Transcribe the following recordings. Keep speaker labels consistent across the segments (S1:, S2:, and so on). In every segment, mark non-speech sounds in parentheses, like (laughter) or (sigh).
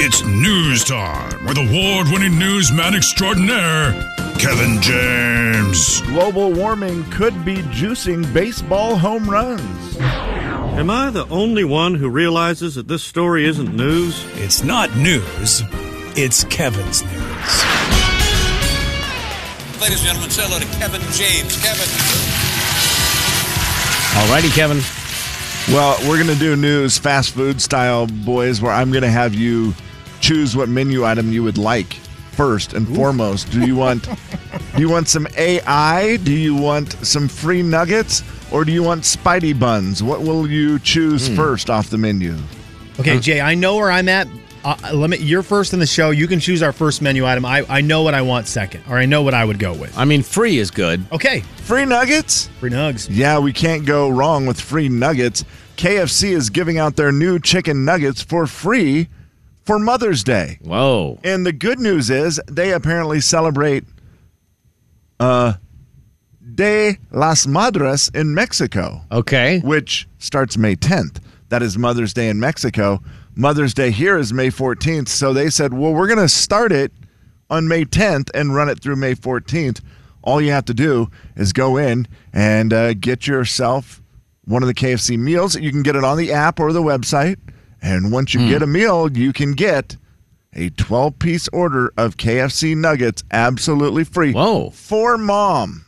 S1: It's news time with award winning newsman extraordinaire, Kevin James.
S2: Global warming could be juicing baseball home runs.
S3: Am I the only one who realizes that this story isn't news?
S4: It's not news, it's Kevin's news.
S5: Ladies and gentlemen, say hello to Kevin James. Kevin.
S6: All righty, Kevin.
S2: Well, we're going to do news fast food style, boys, where I'm going to have you choose what menu item you would like first and foremost. Do you want do you want some AI? Do you want some free nuggets? Or do you want Spidey buns? What will you choose first off the menu?
S6: Okay, Jay, I know where I'm at. Uh, let me, you're first in the show. You can choose our first menu item. I, I know what I want second, or I know what I would go with.
S7: I mean, free is good.
S6: Okay,
S2: Free nuggets?
S6: free nugs.
S2: Yeah, we can't go wrong with free nuggets. KFC is giving out their new chicken nuggets for free for Mother's Day.
S7: Whoa.
S2: And the good news is they apparently celebrate uh Day Las Madres in Mexico,
S7: Okay.
S2: which starts May 10th. That is Mother's Day in Mexico. Mother's Day here is May 14th, so they said, "Well, we're going to start it on May 10th and run it through May 14th. All you have to do is go in and uh, get yourself one of the KFC meals. You can get it on the app or the website. And once you get a meal, you can get a 12 piece order of KFC nuggets absolutely free
S7: Whoa.
S2: for mom.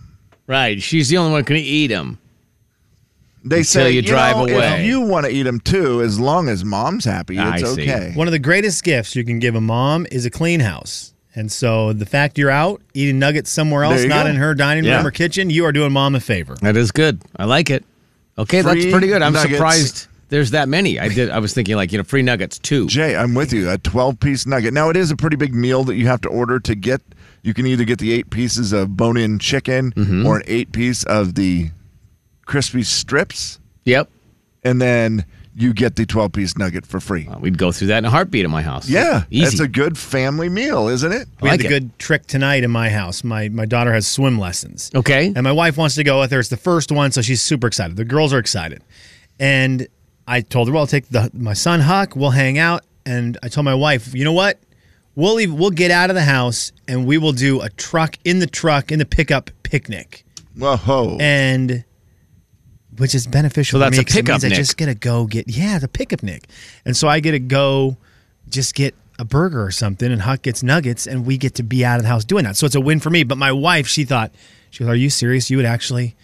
S7: Right. She's the only one who can eat them.
S2: They
S7: Until
S2: say
S7: you drive
S2: know,
S7: away."
S2: If you want to eat them too, as long as mom's happy,
S7: I
S2: it's
S7: see.
S2: okay.
S6: One of the greatest gifts you can give a mom is a clean house. And so the fact you're out eating nuggets somewhere
S2: There
S6: else,
S2: you
S6: not
S2: go.
S6: in her dining
S7: Yeah.
S6: room or kitchen, you are doing mom a favor.
S7: That is good. I like it. Okay,
S2: Free
S7: that's pretty good. I'm
S2: nuggets.
S7: surprised there's that many. I did. I was thinking like you know free nuggets too.
S2: Jay, I'm with you. A 12 piece nugget. Now, it is a pretty big meal that you have to order to get. You can either get the eight pieces of bone in chicken
S7: Mm-hmm.
S2: or an eight piece of the crispy strips,
S7: Yep.
S2: and then you get the 12 piece nugget for free.
S7: Well, we'd go through that in a heartbeat at my house.
S2: Yeah.
S7: Easy.
S2: That's a good family meal, isn't it?
S7: I
S6: We
S7: like
S6: had
S7: it.
S6: a good trick tonight in my house. My my daughter has swim lessons.
S7: Okay.
S6: And my wife wants to go with her. It's the first one, so she's super excited. The girls are excited. And I told her, well, I'll take the, my son Huck. We'll hang out. And I told my wife, you know what? We'll leave, we'll get out of the house and we will do a truck in the truck in the pickup picnic.
S2: Whoa.
S6: And which is beneficial
S7: So
S6: for
S7: that's
S6: me
S7: a
S6: 'cause it means
S7: pickup,
S6: I
S7: Nick.
S6: just get to go get yeah, the pickup Nick. And so I get to go just get a burger or something and Huck gets nuggets and we get to be out of the house doing that. So it's a win for me. But my wife, she thought, she goes, Are you serious? You would actually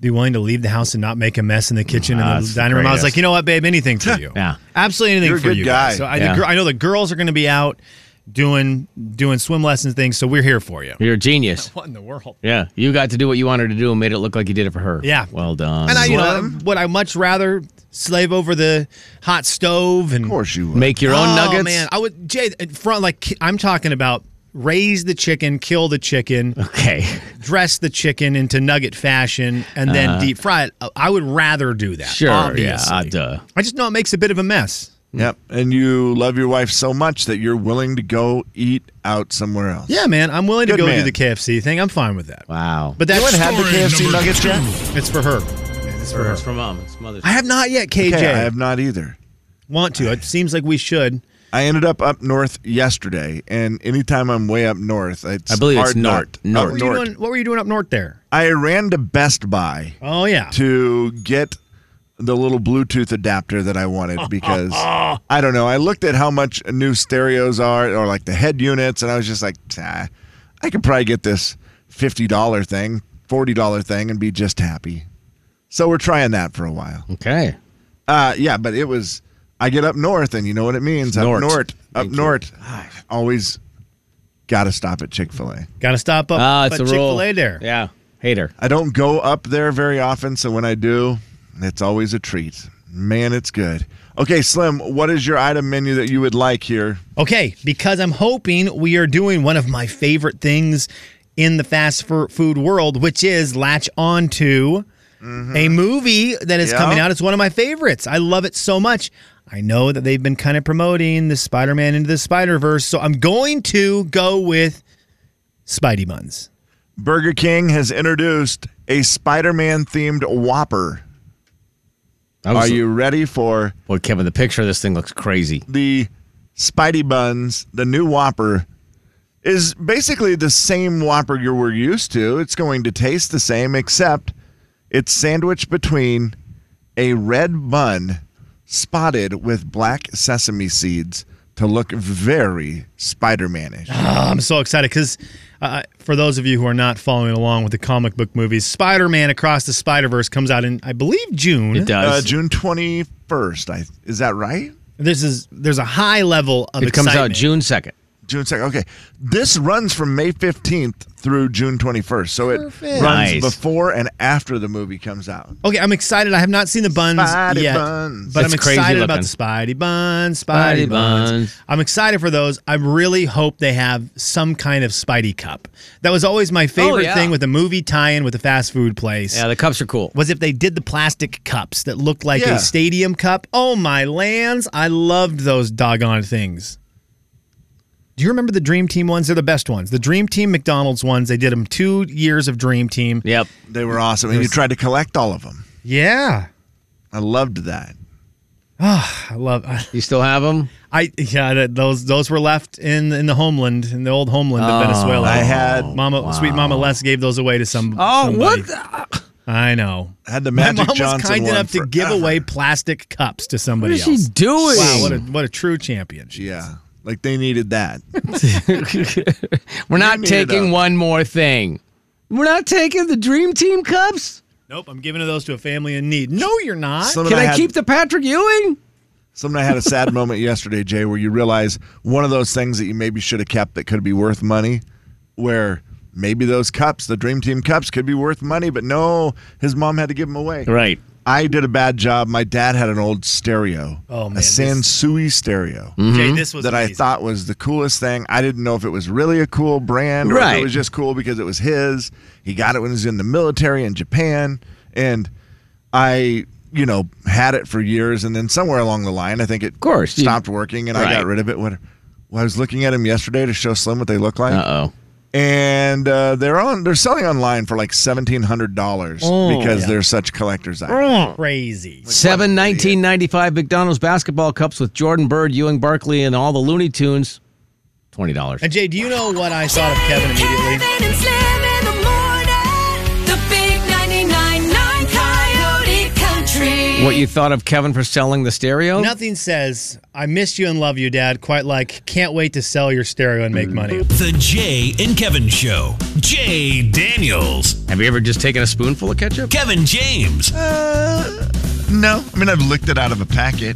S6: be willing to leave the house and not make a mess in the kitchen
S7: Ah,
S6: and
S7: that's
S6: the
S7: the
S6: dining room. I was
S7: greatest.
S6: like, you know what, babe,
S7: (laughs)
S6: anything for you.
S7: Yeah.
S6: Absolutely anything
S2: You're a
S6: for
S2: good
S6: you. guys.
S2: guy.
S6: So I,
S7: Yeah.
S6: the, gir- I know the girls are gonna be out doing doing swim lessons things, so we're here for you.
S7: You're a genius.
S6: What in the world?
S7: Yeah. You got to do what you wanted to do and made it look like you did it for her.
S6: Yeah.
S7: Well done.
S6: And I, you
S2: Well,
S6: know, would I much rather slave over the hot stove and
S2: of course you would.
S7: make your own
S6: oh,
S7: nuggets.
S6: man, I would Jay in front like ki- I'm talking about raise the chicken, kill the chicken,
S7: Okay. (laughs)
S6: dress the chicken into nugget fashion, and then deep fry it. I would rather do that.
S7: Sure.
S6: obviously.
S7: Yeah. Uh, duh.
S6: I just know it makes a bit of a mess.
S2: Yep. And you love your wife so much that you're willing to go eat out somewhere else.
S6: Yeah, man, I'm willing
S2: Good
S6: to go
S2: man.
S6: do the KFC thing. I'm fine with that.
S7: Wow.
S6: But that's
S2: Anyone had
S1: Story
S2: the KFC
S1: number
S2: nuggets
S1: two.
S2: yet?
S6: it's for her.
S7: it's for, it's for mom. It's mother's.
S6: I have not yet, KJ.
S2: Okay, I have not either.
S6: Want to? It seems like we should.
S2: I ended up up north yesterday, and anytime I'm way up north, it's
S7: I believe it's
S2: hard
S7: north.
S2: not-
S7: North.
S2: up
S6: What were,
S2: north.
S6: you doing, what were you doing up north there?
S2: I ran to Best Buy
S6: Oh yeah.
S2: to get the little Bluetooth adapter that I
S7: (laughs)
S2: wanted because I don't know. I looked at how much new stereos are, or like the head units, and I was just like, "Ah, I could probably get this fifty dollar thing, forty dollar thing, and be just happy. So we're trying that for a while.
S7: Okay.
S2: Uh, yeah, but it was. I get up north, and you know what it means. Up
S7: north.
S2: north, up north. Always got to stop at Chick Fil A.
S6: Got to stop up
S7: Ah,
S6: at
S7: it's a
S6: Chick
S7: roll.
S6: Fil A there.
S7: Yeah. Hater.
S2: I don't go up there very often, so when I do, it's always a treat. Man, it's good. Okay, Slim, what is your item menu that you would like here?
S6: Okay, because I'm hoping we are doing one of my favorite things in the fast fu- food world, which is latch on to a movie that is
S2: Yeah.
S6: coming out. It's one of my favorites. I love it so much. I know that they've been kind of promoting the Spider Man into the Spider Verse, so I'm going to go with Spidey Buns.
S2: Burger King has introduced a Spider-Man themed Whopper.
S7: That
S2: Are
S7: was- Oh,
S2: you ready for
S7: Boy, Kevin, the picture of this thing looks crazy.
S2: the Spidey Buns, the new Whopper, is basically the same Whopper you were used to. It's going to taste the same, except it's sandwiched between a red bun spotted with black sesame seeds to look very Spider Manish.
S6: I'm so excited because uh, for those of you who are not following along with the comic book movies, Spider Man Across the Spider Verse comes out in, I believe, June.
S7: It does.
S2: Uh, June 21st, I, is that right?
S6: This is there's a high level of
S7: it comes out
S6: excitement.
S7: June second.
S2: June 2nd. Okay. This runs from May 15th through June 21st. So it runs
S7: Nice.
S2: before and after the movie comes out.
S6: Okay, I'm excited. I have not seen the buns
S2: Spidey
S6: yet,
S2: buns.
S6: but I'm
S7: It's crazy
S6: excited about
S7: looking.
S6: Spidey buns, Spidey,
S7: Spidey
S6: buns.
S7: buns.
S6: I'm excited for those. I really hope they have some kind of Spidey cup. That was always my favorite
S7: Oh, yeah.
S6: thing with a movie tie-in with a fast food place.
S7: Yeah, the cups are cool.
S6: was if they did the plastic cups that looked like
S2: Yeah.
S6: a stadium cup. Oh my lands, I loved those doggone things. Do you remember the Dream Team ones? They're the best ones. The Dream Team McDonald's ones. They did them two years of Dream Team.
S7: Yep.
S2: They were awesome. And you tried to collect all of them.
S6: Yeah,
S2: I loved that.
S6: I love. I,
S7: You still have them?
S6: I yeah. that- Those those were left in in the homeland in the old homeland of Venezuela.
S2: Oh, I had-
S6: Mama, sweet Mama Les gave those away to some.
S7: Oh,
S6: somebody.
S7: what? the-
S6: I know.
S2: I had the
S6: My
S2: Magic
S6: mom was
S2: Johnson
S6: kind
S2: one
S6: enough to give
S2: forever.
S6: away plastic cups to
S7: What
S6: somebody
S7: is she
S6: else.
S7: doing? (laughs)
S6: Wow, what a what a true champion.
S2: Yeah. Like they needed
S6: (laughs)
S2: that.
S7: We're not
S2: made it
S7: taking
S2: up.
S7: one more thing. We're not taking the Dream Team cups.
S6: Nope, I'm giving those to a family in need. No, you're not.
S2: Someone
S7: Can I,
S2: had,
S7: keep the Patrick Ewing?
S2: Someone
S6: (laughs)
S2: I had a sad moment yesterday, Jay, where you realize one of those things that you maybe should have kept that could be worth money, where maybe those cups, the Dream Team cups, could be worth money, but no, his mom had to give them away.
S7: Right.
S2: I did a bad job. My dad had an old stereo,
S6: Oh, man,
S2: a
S6: this-
S2: Sansui stereo
S6: Jay, this was
S2: that I
S6: amazing.
S2: thought was the coolest thing. I didn't know if it was really a cool brand or if it
S7: Right.
S2: was just cool because it was his. He got it when he was in the military in Japan. And I, you know, had it for years. And then somewhere along the line, I think it
S7: course, you-
S2: stopped working and I got
S7: Right.
S2: rid of it. What, well, I was looking at him yesterday to show Slim what they look like.
S7: Uh oh.
S2: And uh, they're on. They're selling online for like seventeen hundred dollars
S7: Oh,
S2: because they're such collectors. items.
S6: crazy.
S7: Seven 1995 McDonald's basketball cups with Jordan Bird, Ewing Barkley, and all the Looney Tunes. Twenty dollars.
S6: And Jay, do you know what I thought of Kevin immediately?
S8: Kevin and Slim in the morning. The big 99.9 Coyote Country.
S7: What you thought of Kevin for selling the stereo?
S6: Nothing says I miss you and love you, Dad. Quite like can't wait to sell your stereo and make money.
S4: The Jay and Kevin Show. Jay Daniels.
S7: Have you ever just taken a spoonful of ketchup?
S4: Kevin James.
S2: Uh, No, I mean I've licked it out of a packet.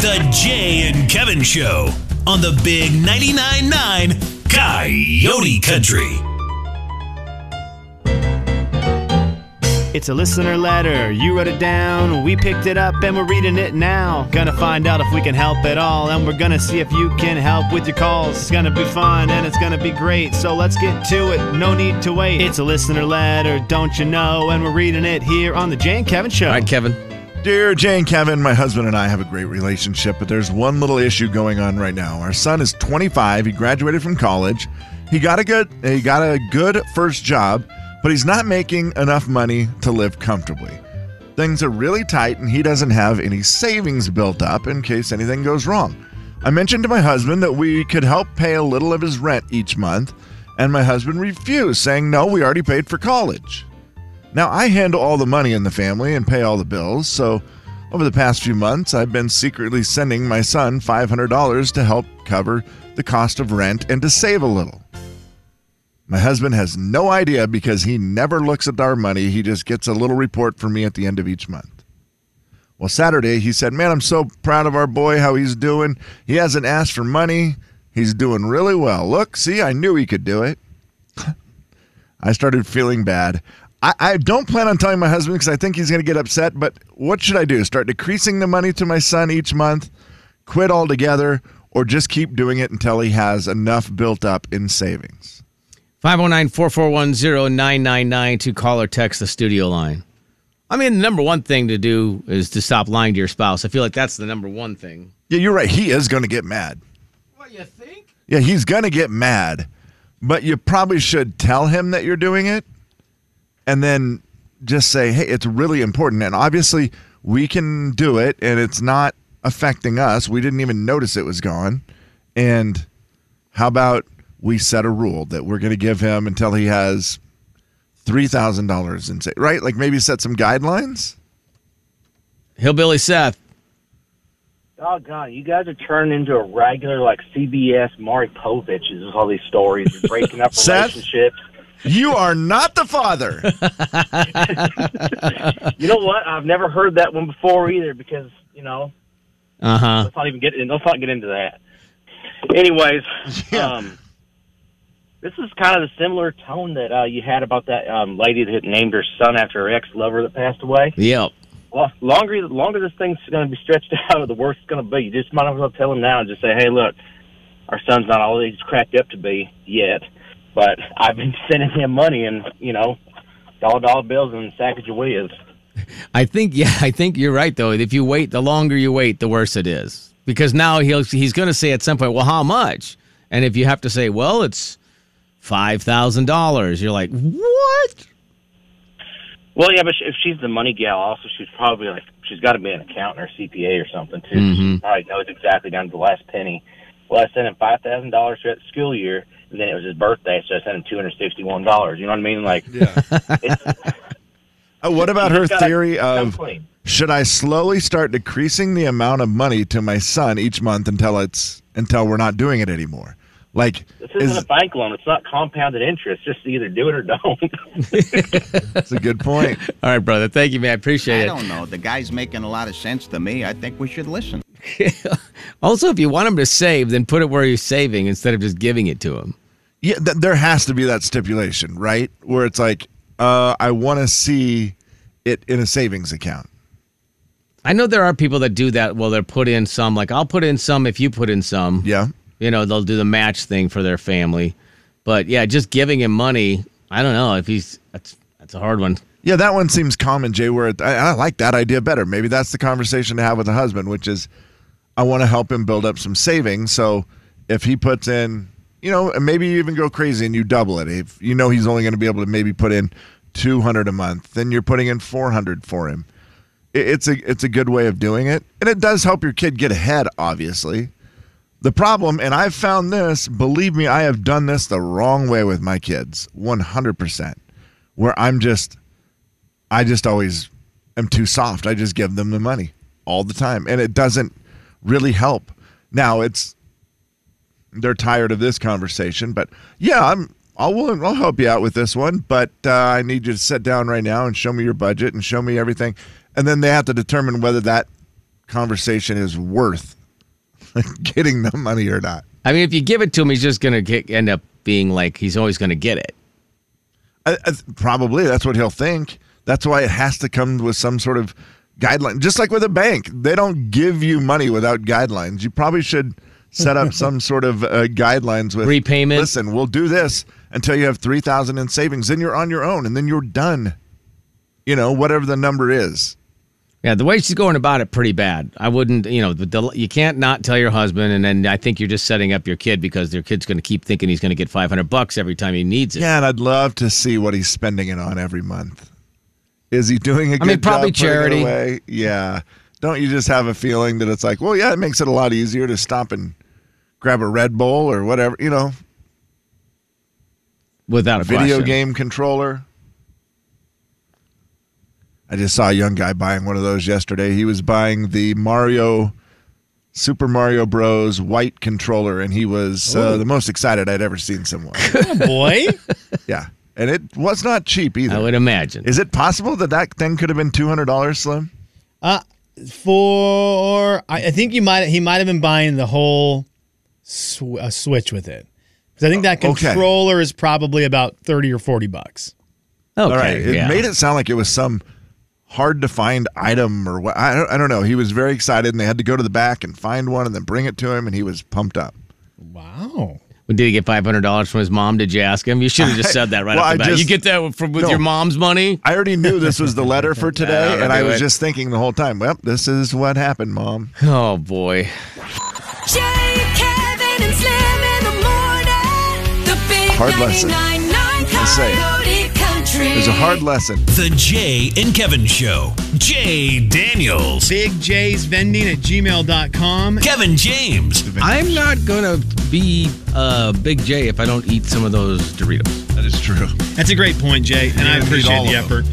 S4: The Jay and Kevin Show on the Big 99.9 9 Coyote Country.
S9: It's a listener letter. You wrote it down. We picked it up and we're reading it now. Gonna find out if we can help at all. And we're gonna see if you can help with your calls. It's gonna be fun and it's gonna be great. So let's get to it. No need to wait. It's a listener letter, don't you know? And we're reading it here on the Jane Kevin Show.
S7: All right, Kevin.
S2: Dear Jane Kevin, my husband and I have a great relationship, but there's one little issue going on right now. Our son is 25, he graduated from college. He got a good he got a good first job, but he's not making enough money to live comfortably. Things are really tight and he doesn't have any savings built up in case anything goes wrong. I mentioned to my husband that we could help pay a little of his rent each month, and my husband refused, saying, "No, we already paid for college." Now, I handle all the money in the family and pay all the bills, so over the past few months, I've been secretly sending my son $500 to help cover the cost of rent and to save a little. My husband has no idea because he never looks at our money. He just gets a little report from me at the end of each month. Well, Saturday, he said, Man, I'm so proud of our boy, how he's doing. He hasn't asked for money. He's doing really well. Look, see, I knew he could do it. I started feeling bad. I, I don't plan on telling my husband because I think he's going to get upset, but what should I do? Start decreasing the money to my son each month, quit altogether, or just keep doing it until he has enough built up in savings?
S7: 509-441-0999 to call or text the studio line. I mean, the number one thing to do is to stop lying to your spouse. I feel like that's the number one thing.
S2: Yeah, you're right. He is going to get mad.
S7: What you think?
S2: Yeah, he's going to get mad, but you probably should tell him that you're doing it and then just say, hey, it's really important. And obviously, we can do it, and it's not affecting us. We didn't even notice it was gone. And how about we set a rule that we're going to give him until he has $3,000 in, sa- right? Like maybe set some guidelines?
S7: Hillbilly Seth.
S10: Doggone, you guys are turning into a regular like CBS Mari Povich. Is all these stories You're breaking
S2: (laughs)
S10: up
S2: Seth?
S10: relationships?
S2: You are not the father.
S10: You know what? I've never heard that one before either because you know
S7: Uh huh.
S10: let's not even get in. Let's not get into that. Anyways,
S2: (laughs) Yeah.
S10: um, this is kind of the similar tone that uh, you had about that um, lady that named her son after her ex lover that passed away.
S7: Yep.
S10: Well, longer longer this thing's going to be stretched (laughs) out, the worse it's going to be. You just might as well tell him now and just say, "Hey, look, our son's not all he's cracked up to be yet, but I've been (laughs) sending him money and you know, dollar dollar bills and Sacagaweas."
S7: I think yeah, I think you're right though. If you wait, the longer you wait, the worse it is because now he'll he's going to say at some point, well, how much? And if you have to say, well, it's five thousand dollars, you're like, what?
S10: Well, yeah, but sh- if she's the money gal, also she's probably like she's got to be an accountant or CPA or something too.
S2: Mm-hmm.
S10: She probably knows exactly down to the last penny. Well, I sent him five thousand dollars throughout the school year, and then it was his birthday, so I sent him two hundred sixty-one dollars. You know what I mean? Like, yeah.
S2: Uh, what about (laughs) her theory of should I slowly start decreasing the amount of money to my son each month until it's until we're not doing it anymore? Like
S10: This isn't
S2: is,
S10: a bank loan. It's not compounded interest. Just either do it or don't.
S2: that's a good
S10: (laughs)
S2: point.
S7: All right, brother. Thank you, man. I appreciate it.
S11: know. The guy's making a lot of sense to me. I think we should listen.
S7: Also, if you want him to save, then put it where he's saving instead of just giving it to him.
S2: Yeah, th- there has to be that stipulation, right? Where it's like, uh, I want to see it in a savings account.
S7: I know there are people that do that. Well, they're put in some. Like I'll put in some if you put in some.
S2: Yeah,
S7: You know, they'll do the match thing for their family. But yeah, just giving him money. I don't know if he's that's that's a hard one.
S2: yeah, that one seems common, Jay. Where it, I, I like that idea better. Maybe that's the conversation to have with the husband, which is, I want to help him build up some savings. So if he puts in, you know, and maybe you even go crazy and you double it. If you know he's only going to be able to maybe put in two hundred a month, then you're putting in four hundred for him. It, it's a it's a good way of doing it, and it does help your kid get ahead, obviously. The problem, and I've found this, believe me, I have done this the wrong way with my kids, 100%, where I'm just, I just always am too soft. I just give them the money all the time, and it doesn't really help. Now it's, they're tired of this conversation, but yeah, I'm, I'll, willing- I'll help you out with this one, but uh, I need you to sit down right now and show me your budget and show me everything. And then they have to determine whether that conversation is worth (laughs) getting the money or not.
S7: I mean, if you give it to him, he's just gonna get, end up being like he's always gonna get it.
S2: I, I, probably that's what he'll think. That's why it has to come with some sort of guideline. Just like with a bank, they don't give you money without guidelines. You probably should set up some sort of uh, guidelines with
S7: Repayment.
S2: Listen, we'll do this until you have three thousand in savings. Then you're on your own, and then you're done. You know, whatever the number is.
S7: Yeah, the way she's going about it, pretty bad. I wouldn't, you know, the, del you can't not tell your husband, and then I think you're just setting up your kid because your kid's gonna keep thinking he's gonna get 500 bucks every time he needs it.
S2: Yeah, and I'd love to see what he's spending it on every month. Is he doing a good
S7: mean, probably
S2: job putting it
S7: charity.
S2: away? Yeah. Don't you just have a feeling that it's like, well, yeah, it makes it a lot easier to stop and grab a Red Bull or whatever, you know,
S7: without a
S2: video
S7: question.
S2: game controller. I just saw a young guy buying one of those yesterday. He was buying the Mario Super Mario Bros. white controller, and he was uh, the most excited I'd ever seen
S7: (laughs)
S2: someone.
S6: Oh, boy.
S2: yeah, and it was not cheap either.
S7: I would imagine.
S2: Is it possible that that thing could have been two hundred dollars, Slim?
S6: For I, I think you might he might have been buying the whole sw- uh, switch with it because I think that
S2: Oh, Okay.
S6: controller is probably about thirty or forty bucks.
S7: okay,
S2: All right, it
S7: yeah.
S2: made it sound like it was some hard to find item or what. I don't, I don't know. He was very excited, and they had to go to the back and find one, and then bring it to him, and he was pumped up.
S6: Wow.
S7: Did he get five hundred dollars from his mom? Did you ask him? You should have
S2: (laughs)
S7: just said that right
S2: Well,
S7: off
S2: I
S7: the bat.
S2: just-
S7: you get that from, with
S2: No.
S7: your mom's money.
S2: I already knew this was the letter
S7: (laughs)
S2: for today,
S7: that'll
S2: and I
S7: do
S2: was
S7: it.
S2: just thinking the whole time. Well, this is what happened, Mom.
S7: Oh boy.
S8: Jay, Kevin, and Slim in the morning. The big
S2: Hard lesson.
S8: 999
S2: I'll say it.
S8: Coyote Country. country.
S2: There's a hard lesson.
S4: The Jay and Kevin Show. Jay Daniels.
S6: Big J's Vending at gmail.com.
S4: Kevin James.
S7: I'm not gonna be uh, Big J if I don't eat some of those Doritos.
S2: That is true.
S6: That's a great point, Jay, and I
S2: need
S6: appreciate
S2: all
S6: the
S2: of them.
S6: effort.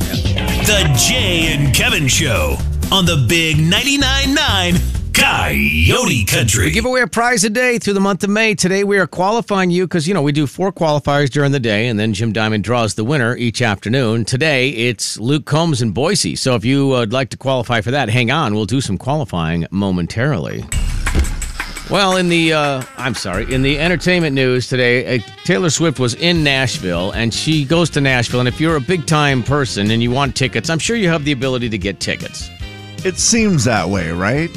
S4: The Jay and Kevin Show on the Big 99.9 9 Coyote
S7: We
S4: Country.
S7: give away a prize a day through the month of May. Today we are qualifying you because you know we do four qualifiers during the day, and then Jim Diamond draws the winner each afternoon. Today it's Luke Combs in Boise. So if you uh, would like to qualify for that, hang on. We'll do some qualifying momentarily. Well, in the uh, I'm sorry, in the entertainment news today, uh, Taylor Swift was in Nashville, and she goes to Nashville. And if you're a big time person and you want tickets, I'm sure you have the ability to get tickets.
S2: It seems that way, right?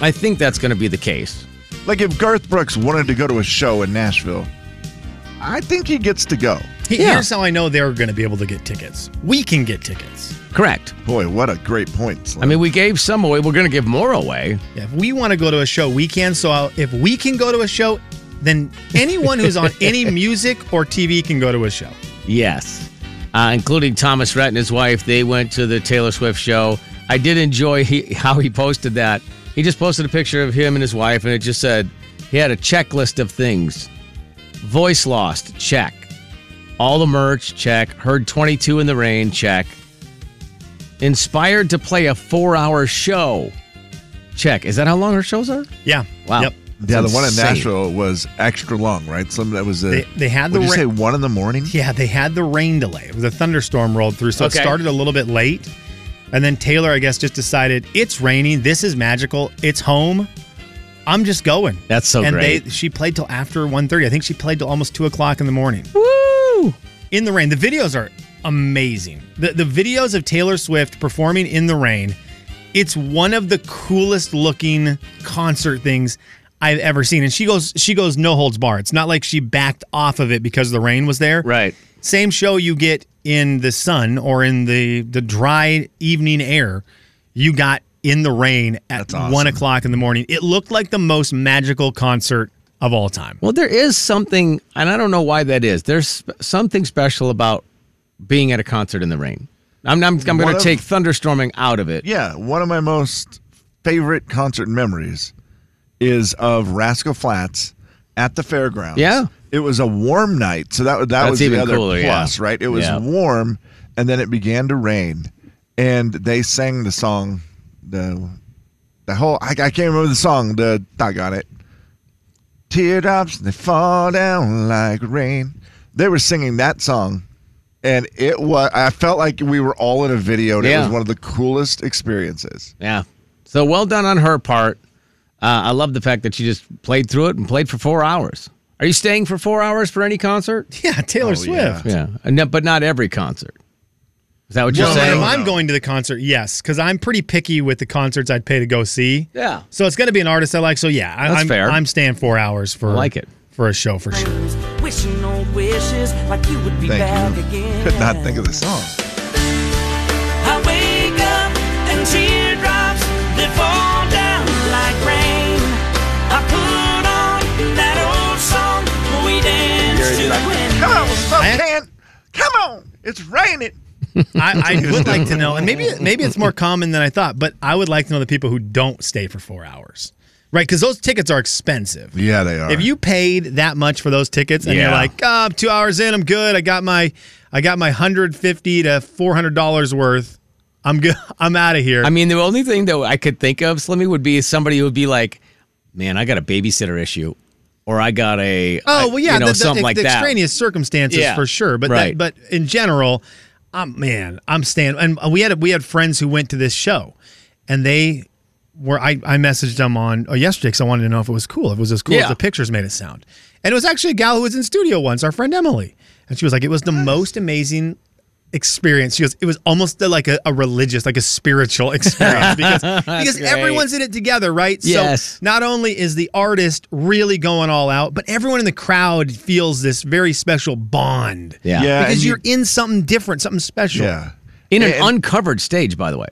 S7: I think that's going to be the case.
S2: Like if Garth Brooks wanted to go to a show in Nashville, I think he gets to go.
S6: He-
S7: Yeah.
S6: Here's how I know they're going to be able to get tickets. We can get tickets.
S7: Correct.
S2: Boy, what a great point. Slim.
S7: I mean, we gave some away. We're going to give more away.
S6: Yeah, if we want to go to a show, we can. So I'll, if we can go to a show, then anyone who's on any music or TV can go to a show.
S7: Yes. Uh, including Thomas Rhett and his wife. They went to the Taylor Swift show. I did enjoy he, (laughs) how he posted that. He just posted a picture of him and his wife, and it just said he had a checklist of things voice lost, check. All the merch, check. Heard 22 in the rain, check. Inspired to play a four hour show, check. Is that how long her shows are?
S6: Yeah.
S7: Wow.
S6: Yep.
S2: yeah, the one in
S7: Insane.
S2: Nashville was extra long, right? Some that was a,
S6: They- they had the
S2: Would you
S6: ra-
S2: say one in the morning?
S6: Yeah, they had the rain delay. The thunderstorm rolled through, so
S7: Okay.
S6: it started a little bit late. And then Taylor, I guess, just decided it's raining. This is magical. It's home. I'm just going.
S7: That's so
S6: and
S7: great.
S6: they she played till after 1.30. I think she played till almost two o'clock in the morning.
S7: Woo!
S6: in the rain. The videos are amazing. The the videos of Taylor Swift performing in the rain. It's one of the coolest looking concert things I've ever seen. And she goes she goes no holds bar. It's not like she backed off of it because the rain was there.
S7: Right.
S6: Same show you get in the sun or in the the dry evening air, you got in the rain at
S2: That's awesome.
S6: one o'clock in the morning. It looked like the most magical concert of all
S7: (laughs)
S6: time.
S7: Well, there is something, and I don't know why that is. There's sp- something special about being at a concert in the rain. I'm, I'm, I'm
S2: One
S7: going to
S2: of-
S7: take thunderstorming out of it.
S2: Yeah, one of my most favorite concert memories is of Rascal Flats at the fairgrounds.
S7: Yeah.
S2: It was a warm night, so that that
S7: That's
S2: was the
S7: even
S2: other
S7: cooler, yeah.
S2: plus, right? It was
S7: Yeah.
S2: warm and then it began to rain and they sang the song the the whole I, I can't remember the song, the dog on it. Teardrops they fall down like rain. They were singing that song and it was I felt like we were all in a video and it
S7: Yeah.
S2: was one of the coolest experiences.
S7: Yeah. So well done on her part. Uh, I love the fact that she just played through it and played for four hours. Are you staying for four hours for any concert?
S6: Yeah, Taylor Swift.
S2: Oh, yeah.
S7: Yeah. And no- but not every concert. Is that what you're
S6: Well,
S7: saying?
S6: if I'm going to the concert, yes, because I'm pretty picky with the concerts I'd pay to go see.
S7: Yeah.
S6: So it's going to be an artist I like. So yeah, I,
S7: That's
S6: am
S7: fair.
S6: I'm staying four hours for
S7: I like it.
S6: for a show for sure.
S12: Wishing on wishes like you would be
S2: Thank
S12: back
S2: you.
S12: again.
S2: Could not think of the song.
S12: I wake up and teardrops that fall down like rain. I put on that old song we danced to when
S2: Come on, stop
S6: I-
S2: can. Come on, it's raining.
S6: I, I would like to know, and maybe maybe it's more common than I thought, but I would like to know the people who don't stay for four hours, right? Because those tickets are expensive.
S2: Yeah, they are.
S6: If you paid that much for those tickets and you're
S7: Yeah.
S6: like, oh, I'm two hours in, I'm good. I got my I got my hundred fifty to four hundred dollars worth. I'm good. (laughs) I'm out of here.
S7: I mean, the only thing that I could think of, Slimmy, would be somebody who would be like, "Man, I got a babysitter issue, or I got a
S6: Oh
S7: I-
S6: well, yeah,
S7: you know,
S6: the, the-
S7: something
S6: the
S7: like that."
S6: extraneous circumstances
S7: Yeah.
S6: for sure. But
S7: Right.
S6: that, but in general, I'm man, I'm staying. And we had we had friends who went to this show, and they were I I messaged them on oh, yesterday because I wanted to know if it was cool. If it was as cool as
S7: Yeah.
S6: the pictures made it sound. And it was actually a gal who was in studio once, our friend Emily, and she was like, it was the
S7: Mm.
S6: most amazing experience. She goes, it was almost like a, a religious, like a spiritual (laughs) experience
S7: (laughs)
S6: because because
S7: great.
S6: everyone's in it together, right?
S7: Yes.
S6: So not only is the artist really going all out, but everyone in the crowd feels this very special bond.
S7: Yeah.
S2: Yeah,
S6: Because
S2: and
S6: you're in something different, something special.
S2: yeah,
S7: in an
S2: And-
S7: uncovered stage, by the way.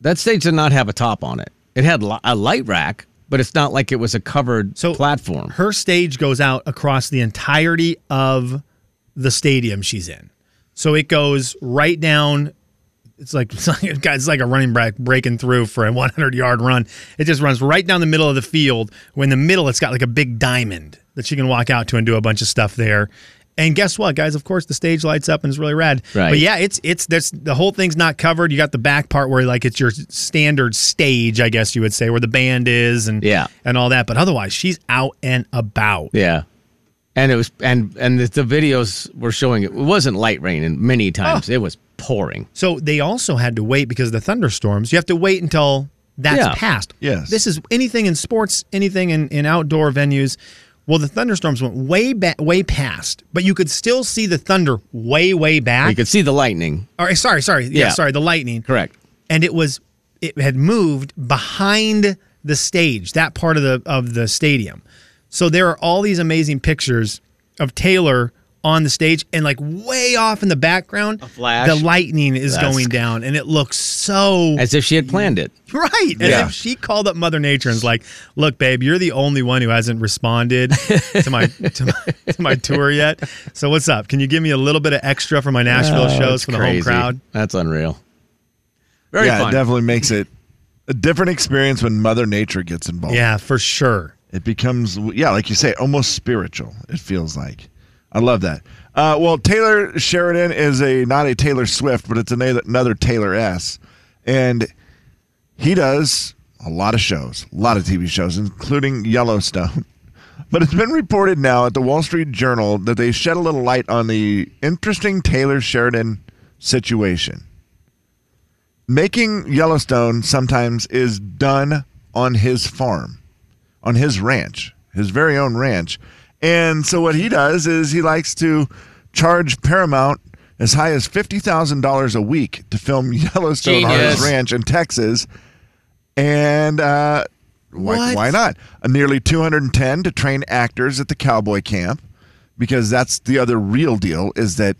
S7: That stage did not have a top on it. It had li- a light rack, but it's not like it was a covered
S6: So
S7: platform.
S6: Her stage goes out across the entirety of the stadium she's in. So it goes right down. It's like (laughs) it's like, it's like a running back breaking through for a 100 yard run. It just runs right down the middle of the field. When in the middle, it's got like a big diamond that you can walk out to and do a bunch of stuff there. And guess what, guys? Of course, the stage lights up and it's really rad.
S7: Right.
S6: But yeah, it's it's there's the whole thing's not covered. You got the back part where like it's your standard stage, I guess you would say, where the band is and
S7: Yeah.
S6: and all that. But otherwise, she's out and about.
S7: Yeah. And it was and and the, the videos were showing it, wasn't light rain and many
S2: Oh.
S7: times it was pouring.
S6: So they also had to wait because of the thunderstorms. You have to wait until that's
S7: Yeah.
S6: passed.
S7: Yes.
S6: This is anything in sports, anything in, in outdoor venues. Well, the thunderstorms went way back, way past, but you could still see the thunder way, way back.
S7: You could see the lightning.
S6: All right, sorry, sorry. Yeah,
S7: Yeah.
S6: sorry, the lightning.
S7: Correct.
S6: And it was it had moved behind the stage, that part of the of the stadium. So there are all these amazing pictures of Taylor on the stage and like way off in the background a
S7: flash.
S6: the lightning is
S7: That's-
S6: going down and it looks so
S7: As if she had planned it.
S6: (laughs) Right. As
S7: Yeah.
S6: if she called up Mother Nature and's like, look, babe, you're the only one who hasn't responded to my to my, to my tour yet. So what's up? Can you give me a little bit of extra for my Nashville
S7: Oh,
S6: shows
S7: it's
S6: for the
S7: crazy.
S6: home crowd?
S7: That's unreal. Very
S2: yeah,
S7: fun.
S2: it definitely makes it a different experience when Mother Nature gets involved.
S6: Yeah, for sure.
S2: It becomes, yeah, like you say, almost spiritual, it feels like. I love that. Uh, well, Taylor Sheridan is a not a Taylor Swift, but it's another, another Taylor S. And he does a lot of shows, a lot of TV shows, including Yellowstone. (laughs) But it's been reported now at the Wall Street Journal that they shed a little light on the interesting Taylor Sheridan situation. Making Yellowstone sometimes is done on his farm, on his ranch, his very own ranch. And so what he does is he likes to charge Paramount as high as $50,000 a week to film (laughs) Yellowstone on his
S7: Genius.
S2: ranch in Texas. And uh, why,
S7: What?
S2: why not? Uh, nearly 210 to train actors at the cowboy camp because that's the other real deal is that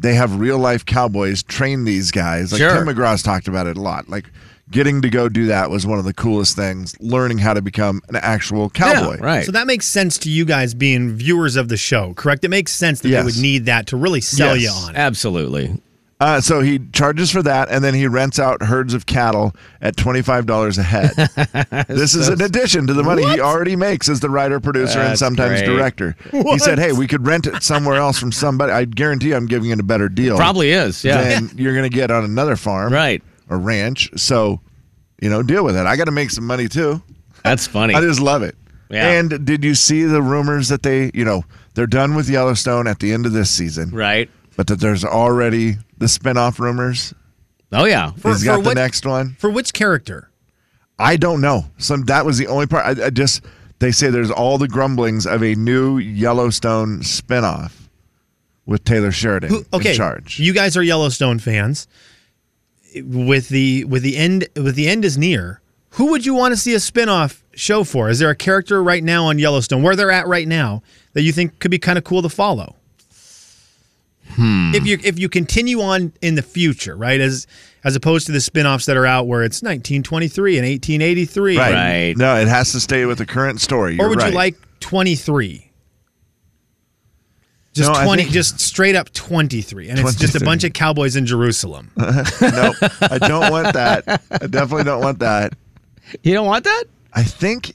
S2: they have real life cowboys train these guys. Like
S7: Sure.
S2: Tim McGraw's talked about it a lot. Like getting to go do that was one of the coolest things, learning how to become an actual cowboy.
S6: So that makes sense to you guys being viewers of the show, correct? It makes sense that they
S2: Yes.
S6: would need that to really sell
S2: Yes.
S6: you on it.
S7: Absolutely.
S2: Uh, so he charges for that, and then he rents out herds of cattle at twenty five dollars a
S7: (laughs)
S2: head. this is in addition to the money he already makes as the writer, producer, and
S7: That's
S2: sometimes
S7: great.
S2: director. He
S7: What?
S2: said, "Hey, we could rent it somewhere else from somebody. I guarantee I'm giving it a better deal.
S7: Probably is, yeah. (laughs)
S2: Than you're going to get on another farm, right? A ranch. So, you know, deal with it. I got to make some money too.
S7: That's funny.
S2: I just love it.
S7: Yeah.
S2: And did you see the rumors that they, you know, they're done with Yellowstone at the end of this season?
S7: Right.
S2: But that there's already the spinoff rumors.
S7: Oh yeah.
S2: He's got the next one.
S6: For which character?
S2: I don't know. Some that was the only part. I, I just they say there's all the grumblings of a new Yellowstone spinoff with Taylor Sheridan
S6: Who- okay,
S2: in charge.
S6: you guys are Yellowstone fans. With the with the end with the end is near. Who would you want to see a spin-off show for? Is there a character right now on Yellowstone where they're at right now that you think could be kind of cool to follow?
S7: Hmm.
S6: If you if you continue on in the future, right? As as opposed to the spin-offs that are out where it's 1923 and 1883.
S2: right. No, it has to stay with the current story.
S6: Or
S2: You're
S6: would
S2: right.
S6: you like 23? Just
S2: No, I
S6: 20
S2: think-
S6: just straight up 23 and it's just a
S2: 23.
S6: bunch of cowboys in
S2: (laughs)
S6: Jerusalem.
S2: nope. I don't want that. I definitely don't want that.
S7: You don't want that?
S2: I think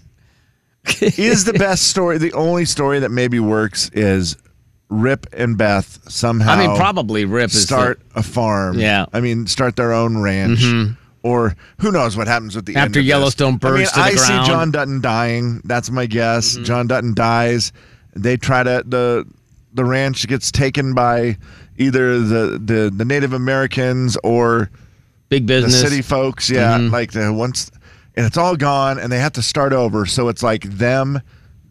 S2: is the best story. The only story that maybe works is Rip and Beth somehow.
S7: I mean, probably Rip is the-
S2: start a farm.
S7: Yeah.
S2: I mean, start their own ranch.
S7: Mhm.
S2: Or who knows what happens with the end
S7: After
S2: of this.
S7: Yellowstone burns to the
S2: I mean, I
S7: ground. Mm-hmm.
S2: see John Dutton dying. That's my guess. John Dutton dies. They try to the the ranch gets taken by either the the, the Native Americans or
S7: big business. Mm-hmm.
S2: the city folks. Yeah, like the once and it's all gone, and they have to start over. So it's like them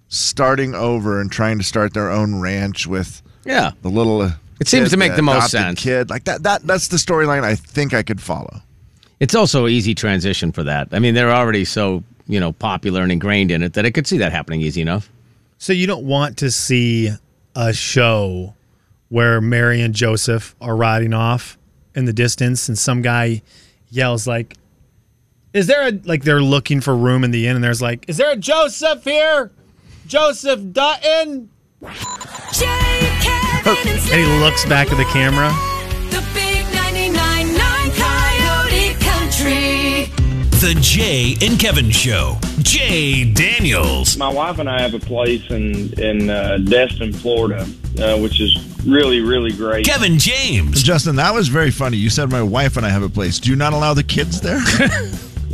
S2: starting over and trying to start their own ranch with
S7: Yeah.
S2: the little. uh,
S7: It seems
S2: kid,
S7: to make the most
S2: adopted
S7: sense.
S2: Kid like that. That that's the storyline I think I could follow.
S7: It's also an easy transition for that. I mean, they're already so, you know, popular and ingrained in it that I could see that happening easy enough.
S6: So you don't want to see a show where Mary and Joseph are riding off in the distance and some guy yells like is there a like they're looking for room in the inn and there's like is there a Joseph here? Joseph Dutton? and he looks back at the camera.
S8: The big 99.9 Coyote Country.
S2: (laughs)
S4: The Jay and Kevin Show. Jay
S13: (laughs)
S4: Daniels.
S13: My wife and I have a place in in uh, Destin, Florida, uh, which is really really great.
S4: Kevin James.
S2: Justin, that was very funny. You said my wife and I have a place. Do you not allow the kids there?
S7: (laughs)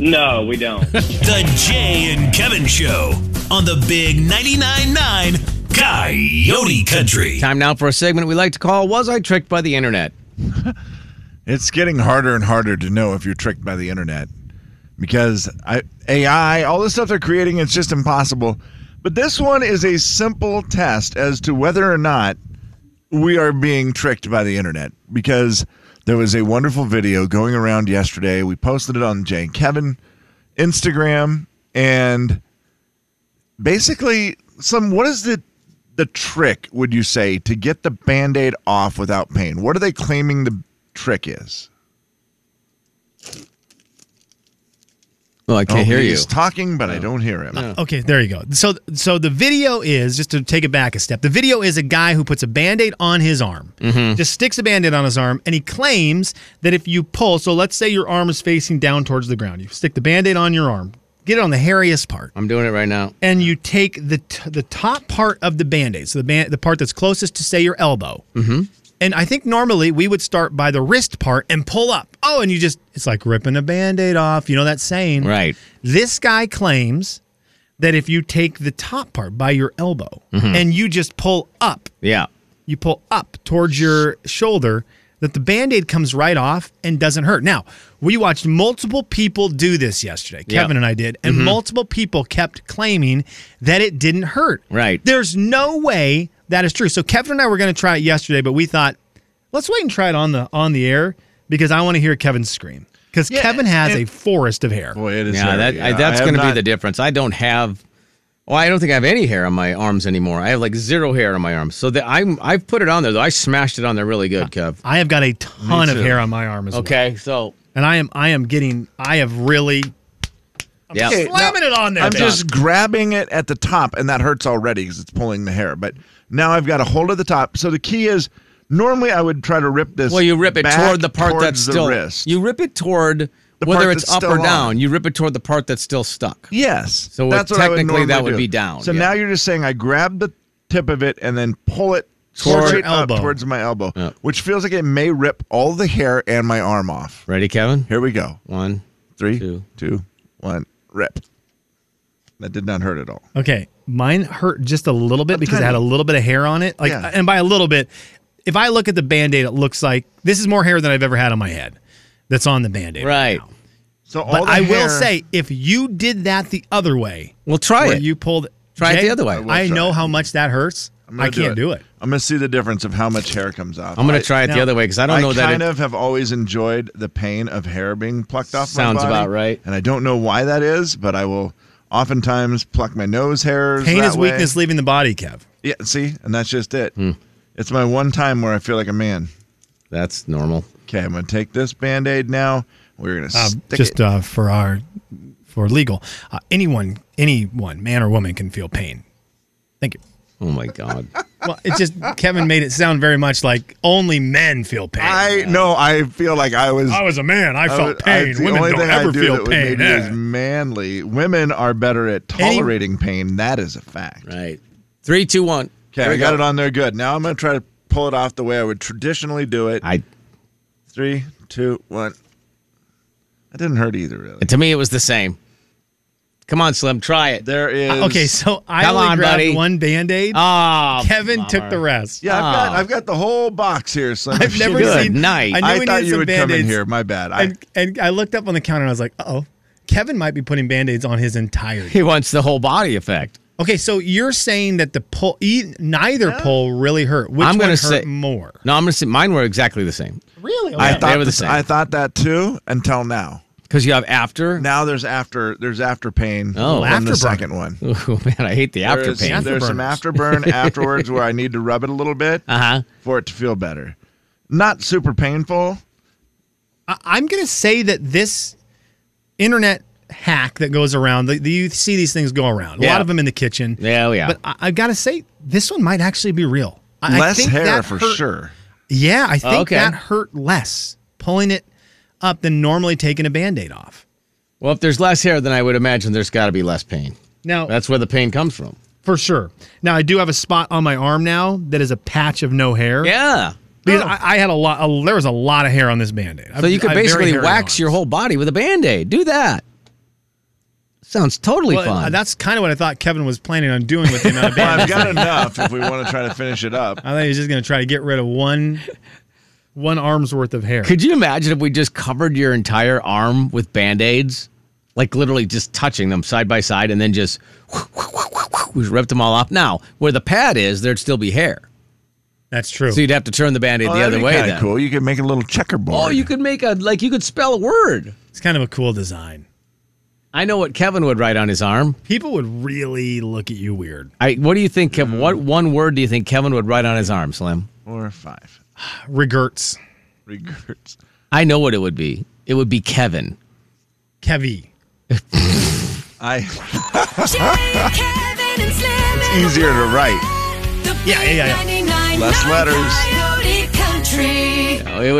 S13: No, we don't.
S4: the Jay and Kevin Show on the Big 99.9 9 Coyote Country.
S7: Time now for a segment we like to call Was I Tricked by the Internet?
S2: It's getting harder and harder to know if you're tricked by the internet because I, AI, all the stuff they're creating, it's just impossible. But this one is a simple test as to whether or not we are being tricked by the internet because there was a wonderful video going around yesterday. We posted it on Jane Kevin Instagram and basically some what is the the trick would you say to get the band-aid off without pain what are they claiming the trick is
S7: well Oh, i
S6: can't hear
S2: he's
S6: you.
S2: Oh, talking but
S7: Oh.
S2: i don't hear him
S6: Okay, there you go. So so the video is just to take it back a step. The video is a guy who puts a band-aid on his arm.
S7: Mm-hmm.
S6: Just sticks a band-aid on his arm and he claims that if you pull, so let's say your arm is facing down towards the ground. You stick the band-aid on your arm. Get it on the hairiest part.
S7: I'm doing it right now.
S6: And you take the t- the top part of the band-aid, so the band the part that's closest to say your elbow.
S7: Mm-hmm.
S6: And I think normally we would start by the wrist part and pull up. Oh, and you just, it's like ripping a band aid off. You know that saying?
S7: Right.
S6: This guy claims that if you take the top part by your elbow
S7: Mhm.
S6: and you just pull up,
S7: Yeah.
S6: you pull up towards your shoulder, that the band aid comes right off and doesn't hurt. Now, we watched multiple people do this yesterday.
S7: Yeah.
S6: Kevin and I did. And
S7: Mhm.
S6: multiple people kept claiming that it didn't hurt.
S7: Right.
S6: There's no way that is true. So Kevin and I were going to try it yesterday, but we thought let's wait and try it on the on the air because I want to hear Kevin scream because Kevin has a forest of hair.
S2: Boy, it
S7: yeah, that, I, that's going to be the difference. I don't have. Well, I don't think I have any hair on my arms anymore. I have like zero hair on my arms. So the, I'm I've put it on there though. I smashed it on there really good, Kev.
S6: I have got a ton of
S7: too.
S6: hair on my arm as well.
S7: Okay, so
S6: and I am I am getting I have really I'm
S7: Yeah.
S2: Okay,
S6: slamming
S2: now-
S6: it on there.
S2: I'm
S6: babe.
S2: just grabbing it at the top, and that hurts already because it's pulling the hair. But now I've got a hold of the top. So the key is normally I would try to rip this.
S7: Well, you rip it
S2: back
S7: toward the part
S2: towards
S7: that's
S2: the
S7: still.
S2: wrist.
S7: You rip it toward
S2: The
S7: whether
S2: part
S7: it's
S2: that's
S7: up or
S2: still on.
S7: down. You rip it toward the part that's still stuck.
S2: Yes.
S7: So
S2: that's
S7: it,
S2: what I would
S7: technically that
S2: normally do.
S7: would be down.
S2: So
S7: yeah.
S2: now you're just saying I grab the tip of it and then pull it towards
S7: Toward
S2: it up
S7: elbow.
S2: towards my elbow, which feels like it may rip all the hair and my arm off.
S7: Ready, Kevin?
S2: Here we go.
S7: One,
S2: three, two, one. Rip. That did not hurt at all.
S6: Okay, mine hurt just a little bit because I had
S2: tiny.
S6: a little bit of hair on it. Like,
S2: Yeah.
S6: and by a little bit, if I look at the band-aid, it looks like this is more hair than I've ever had on my head. That's on the band-aid.
S7: Right.
S2: So
S6: but I will say, if you did that the other way,
S7: Well, try
S6: where
S7: it.
S6: You pulled
S7: Try it
S6: Jay,
S7: the other way. I will
S6: I,
S7: try
S6: know how much that hurts.
S2: I'm
S6: I
S2: gonna
S6: can't do it.
S2: I'm going to see the difference of how much hair comes off.
S7: I'm gonna
S2: I-
S7: try it the other way 'cause I don't know that
S2: I kind
S7: it-
S2: of have always enjoyed the pain of hair being plucked off.
S7: Sounds
S2: my body,
S7: about right.
S2: And I don't know why that is, but I will oftentimes pluck my nose hairs.
S6: Pain
S2: that
S6: is
S2: way.
S6: weakness leaving the body, Kev.
S2: Yeah, see, and that's just it.
S7: Hmm.
S2: It's my one time where I feel like a man.
S7: That's normal.
S2: Okay, I'm going to take this band aid now. We're going to
S6: Uh,
S2: stick
S6: just
S2: it.
S6: uh, for our for legal, uh, anyone, anyone, man or woman, can feel pain. Thank you.
S7: Oh my god.
S2: (laughs)
S6: Well, it's just Kevin made it sound very much like only men feel pain.
S2: I no, I feel like I was.
S6: I was a man. I felt
S2: was-
S6: pain.
S2: the
S6: Women
S2: only
S6: don't
S2: thing I
S6: ever
S2: do
S6: feel
S2: that would
S6: pain.
S2: make me
S6: Yeah.
S2: is manly. Women are better at
S6: Any-
S2: tolerating pain. That is a fact.
S7: Right. Three, two, one.
S2: Okay,
S7: There
S2: I
S7: we
S2: got
S7: go.
S2: it on there. Good. Now I'm going to try to pull it off the way I would traditionally do it.
S7: I.
S2: Three, two, one. That didn't hurt either, really.
S7: To me, it was the same. Come on, Slim, try it. Uh,
S2: There is.
S6: Okay, so I
S7: Come
S6: only
S7: on,
S6: grabbed
S7: buddy.
S6: one band aid.
S7: Ah,
S6: Kevin took
S7: bummer.
S6: the rest.
S2: Yeah, I've got
S7: Ah.
S2: I've got the whole box here. So
S6: I've never Good seen- night. I knew
S2: I,
S6: we
S2: thought
S6: needed
S2: you
S6: some
S2: would come in
S6: Band-Aids.
S2: here. My bad. I,
S6: and, and I looked up on the counter and I was like, oh, Kevin might be putting band aids on
S7: (laughs)
S6: his entire.
S7: He wants the whole body effect.
S6: Okay, so you're saying that the pull, e- neither pull really hurt. Which
S7: I'm
S6: one
S7: gonna
S6: hurt
S7: say-
S6: more?
S7: No, I'm gonna say mine were exactly the same.
S6: Really?
S7: Yeah,
S2: I
S7: they
S2: thought
S7: were the
S2: this-
S7: same.
S2: I thought that too until now.
S7: Because you have after. (laughs)
S2: Now there's after there's after pain.
S7: Oh.
S2: on the
S7: Afterburn.
S2: second one.
S7: Oh man, I hate the after
S2: There's-
S7: pain.
S2: There's some afterburn
S6: (laughs)
S2: afterwards where I need to rub it a little bit
S7: Uh-huh.
S2: for it to feel better. Not super painful.
S6: I- I'm going to say that this internet hack that goes around, the, the, you see these things go around. A
S7: Yeah.
S6: lot of them in the kitchen.
S7: Yeah, oh, yeah.
S6: But I, I've got to say, this one might actually be real. I, I
S2: Less
S6: think
S2: hair
S6: that
S2: for
S6: hurt-
S2: sure.
S6: Yeah, I think
S7: Okay.
S6: that hurt less pulling it up than normally taking a band aid off.
S7: Well, if there's less hair, then I would imagine there's got to be less pain.
S6: Now,
S7: That's where the pain comes from.
S6: for sure. Now, I do have a spot on my arm now that is a patch of no hair.
S7: Yeah.
S6: Because I, I had a lot, a, there was a lot of hair on this band aid.
S7: Oh. So you could basically wax your whole body with a band aid. Do that. Sounds totally fun.
S6: uh, That's kind of what I thought Kevin was planning on doing with
S7: (laughs)
S6: the amount of
S2: Well,
S6: band
S2: I've got enough if we want to try to finish it up.
S6: I thought he was just going to try to get rid of one, one arm's worth of hair.
S7: Could you imagine if we just covered your entire arm with band aids? Like literally just touching them side by side and then just (laughs) we ripped them all off. Now, where the pad is, there'd still be hair.
S6: That's true.
S7: So you'd have to turn the band aid
S2: Oh,
S7: (laughs) the
S2: that'd
S7: other
S2: be
S7: way
S2: kinda
S7: then.
S2: Cool. You could make a little checkerboard.
S7: Oh, you could make a like you could spell a word.
S6: It's kind of a cool design.
S7: I know what Kevin would write on his arm.
S6: People would really look at you weird.
S7: I what do you think Kevin what one word do you think Kevin would write on his arm, Slim?
S2: Or five.
S6: Regerts.
S2: Regrets.
S7: I know what it would be. It would be Kevin.
S6: Kevy.
S2: I. (laughs)
S8: Kevin and Slim.
S2: Easier to write.
S8: The big
S6: yeah, yeah.
S8: 99.9
S2: Less letters.
S8: Coyote